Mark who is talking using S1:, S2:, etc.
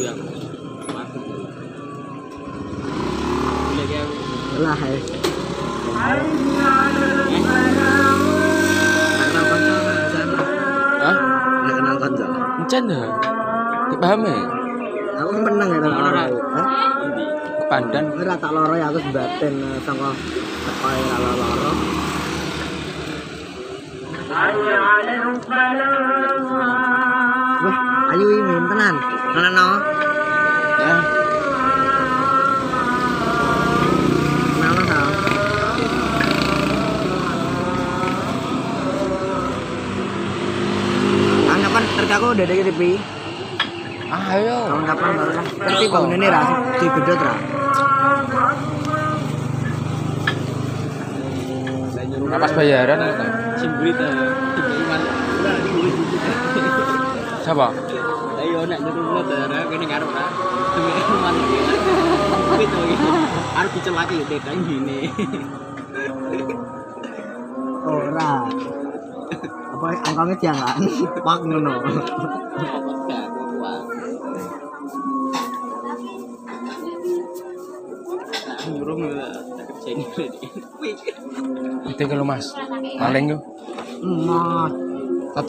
S1: eh.
S2: Canda. Gak paham ya?
S1: Aku meneng ya tak loro. Hah?
S2: Pandan.
S1: Ora tak loro ya aku sebatin eh, saka teko ora loro. Wah, ayo iki main tenan. Tenan no.
S2: Ya.
S1: Tenan no. Sal. Tahun kapan terkaku udah ada TV?
S2: Ah, Ayo.
S1: Tahun kapan baru lah. Tapi bangun ini ras, di gedot ras.
S2: Nggak pas bayaran atau?
S3: Cimbrit aja.
S2: Siapa?
S3: Ayo nak nyuruh mulut darah kene karo ora. Demi rumah iki. Gitu gitu. Harus dicelaki deh kan gini.
S1: Ora. Apa angkangnya jangan. Pak ngono.
S3: Nyuruh mulut eh, tak kerjain ini.
S2: Itu kalau mas. Maling yuk.
S1: Emot.